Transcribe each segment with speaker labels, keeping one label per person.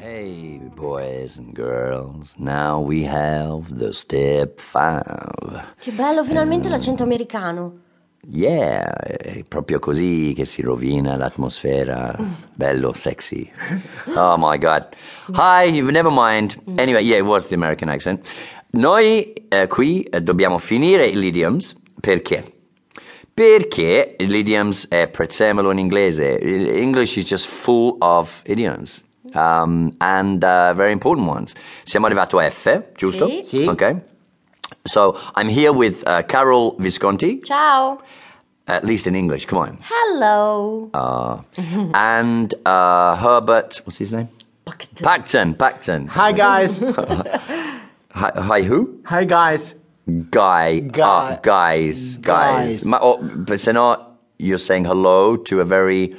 Speaker 1: Hey, boys and girls, now we have the step five.
Speaker 2: Che bello, finalmente l'accento americano.
Speaker 1: Yeah, è proprio così che si rovina l'atmosfera. Bello, sexy. Oh my god. Hi, never mind. Anyway, yeah, it was the American accent. Noi eh, qui eh, dobbiamo finire l'idiom's perché? Perché l'idiom's è prezzemolo in inglese. Il- English is just full of idioms. Um, and uh, very important ones. Siamo arrivati a F, giusto?
Speaker 2: Sì.
Speaker 3: Sì.
Speaker 1: Ok. So I'm here with uh, Carol Visconti.
Speaker 2: Ciao.
Speaker 1: At least in English, come on.
Speaker 2: Hello.
Speaker 1: Uh,
Speaker 3: Mm-hmm.
Speaker 1: and uh, Herbert, what's his name?
Speaker 2: Pact.
Speaker 1: Paxton, Paxton.
Speaker 3: Hi guys.
Speaker 1: Hi, hi who?
Speaker 3: Hi guys.
Speaker 1: Guy.
Speaker 3: Guy.
Speaker 1: Ah, guys, guys.
Speaker 3: Guys.
Speaker 1: Ma- oh, but so not, you're saying hello to a very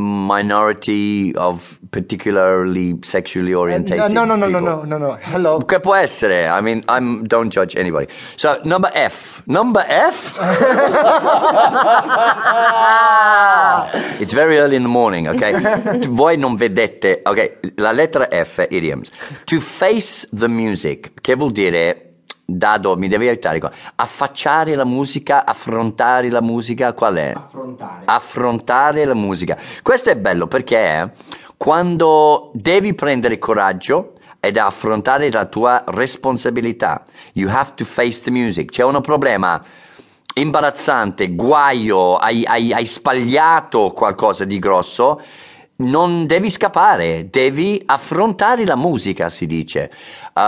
Speaker 1: minority of particularly sexually orientated
Speaker 3: Uh, No, no, no, no, no,
Speaker 1: people.
Speaker 3: no, no, no. Hello.
Speaker 1: Che può essere? I mean, I'm don't judge anybody. So number F, number F. It's very early in the morning, okay? Voi non vedete, ok? La lettera F, idioms. To face the music, che vuol dire Dado, mi devi aiutare qua. Affacciare la musica, affrontare la musica, qual è?
Speaker 3: Affrontare.
Speaker 1: affrontare la musica. Questo è bello perché è quando devi prendere coraggio ed affrontare la tua responsabilità. You have to face the music. C'è un problema imbarazzante, guaio, hai, hai- hai sbagliato qualcosa di grosso. Non devi scappare, devi affrontare la musica, si dice. Uh,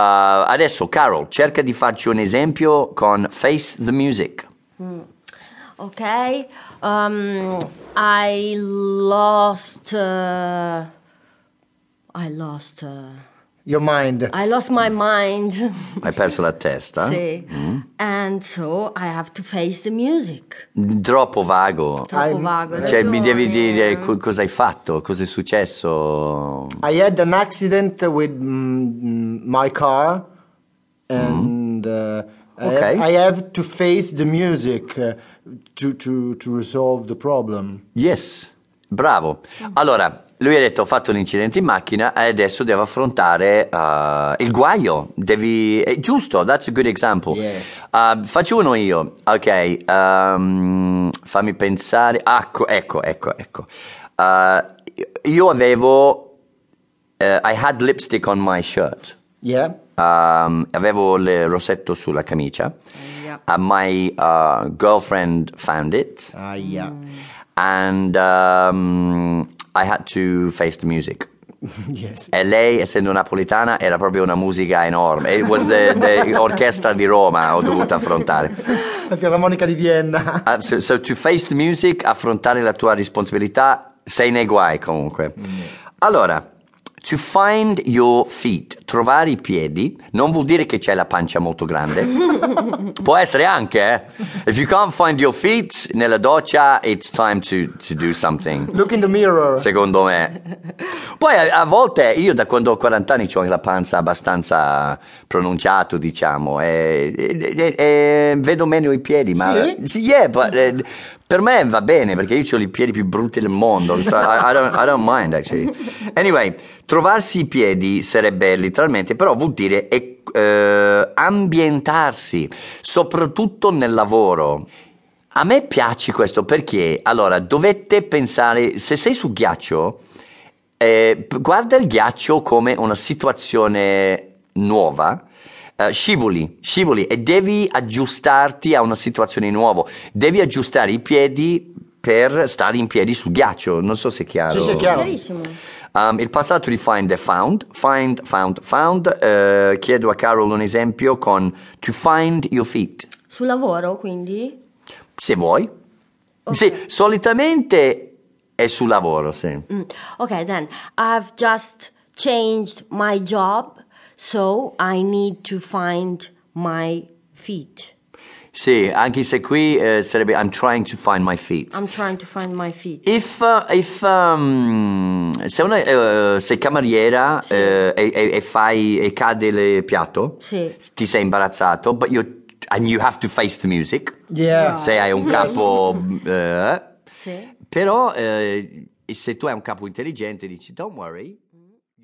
Speaker 1: adesso, Carol, cerca di farci un esempio con Face the Music.
Speaker 2: Ok. Um, I lost. uh, I lost. uh,
Speaker 3: Your mind.
Speaker 2: I lost my mind.
Speaker 1: Hai perso la testa?
Speaker 2: sì.
Speaker 1: Mm-hmm.
Speaker 2: And so I have to face the music.
Speaker 1: Troppo vago.
Speaker 2: Troppo
Speaker 3: I'm-
Speaker 2: vago. hai
Speaker 1: Cioè, mi devi
Speaker 2: ragione. eh.
Speaker 1: dire co- cosa hai fatto, cosa è successo.
Speaker 3: I had an accident with mm, my car, and uh, I have-
Speaker 1: Mm-hmm. Okay.
Speaker 3: I, have to face the music uh, to, to, to resolve the problem.
Speaker 1: Yes, bravo. Allora, lui ha detto: Ho fatto un incidente in macchina e adesso devo affrontare eh, il guaio. Devi. È giusto, that's a good example.
Speaker 3: Yes.
Speaker 1: Eh, faccio uno io. Ok, ehm, fammi pensare. Ah, co- ecco, ecco, ecco. Eh, io avevo. eh, I had lipstick on my shirt.
Speaker 3: Yeah.
Speaker 1: Um, avevo il rossetto sulla camicia.
Speaker 2: Yep.
Speaker 1: Uh, my uh, girlfriend found it,
Speaker 3: Ah, yeah.
Speaker 1: Mm. and um, I had to face the music.
Speaker 3: yes.
Speaker 1: E lei, essendo napoletana, era proprio una musica enorme. It was the, the orchestra di Roma ho dovuto affrontare.
Speaker 3: La Filarmonica di Vienna.
Speaker 1: Uh, so, so to face the music, affrontare la tua responsabilità, sei nei guai comunque. Allora, to find your feet, trovare i piedi, non vuol dire che c'è la pancia molto grande. Può essere anche, eh. If you can't find your feet nella doccia, it's time to, to do something.
Speaker 3: Look in the mirror.
Speaker 1: Secondo me. Poi a, a volte io da quando ho 40 anni ho la panza abbastanza pronunciato, diciamo, e, e- e- e vedo meno i piedi, ma
Speaker 3: Sì?
Speaker 1: yeah, but, eh, per me va bene perché io ho i piedi più brutti del mondo. so I, I don't, I don't mind actually. Anyway, trovarsi i piedi sarebbe letteralmente, però vuol dire eh, eh, ambientarsi, soprattutto nel lavoro. A me piace questo perché, allora, dovete pensare, se sei su ghiaccio, eh, p- guarda il ghiaccio come una situazione nuova. eh, scivoli, scivoli e devi aggiustarti a una situazione nuova. Devi aggiustare i piedi per stare in piedi sul ghiaccio. Non so se è chiaro.
Speaker 3: Sì, sì, è chiaro.
Speaker 2: Chiarissimo.
Speaker 1: Um, il passato di find è found, find, found, found. Eh, chiedo a Carol un esempio con to find your feet.
Speaker 2: Sul lavoro, quindi?
Speaker 1: Se vuoi. Sì, solitamente è sul lavoro, sì.
Speaker 2: Mm, Okay, then I've just changed my job, so I need to find my feet.
Speaker 1: Sì, anche se qui eh, sarebbe I'm trying to find my feet.
Speaker 2: I'm trying to find my feet.
Speaker 1: If, uh, if um, se una, eh, sei cameriera eh, e, e- e fai, e cade il piatto,
Speaker 2: Sì.
Speaker 1: ti sei imbarazzato, but you, and you have to face the music,
Speaker 3: Yeah.
Speaker 1: se hai un capo... eh,
Speaker 2: Sì.
Speaker 1: però eh, se tu hai un capo intelligente dici don't worry,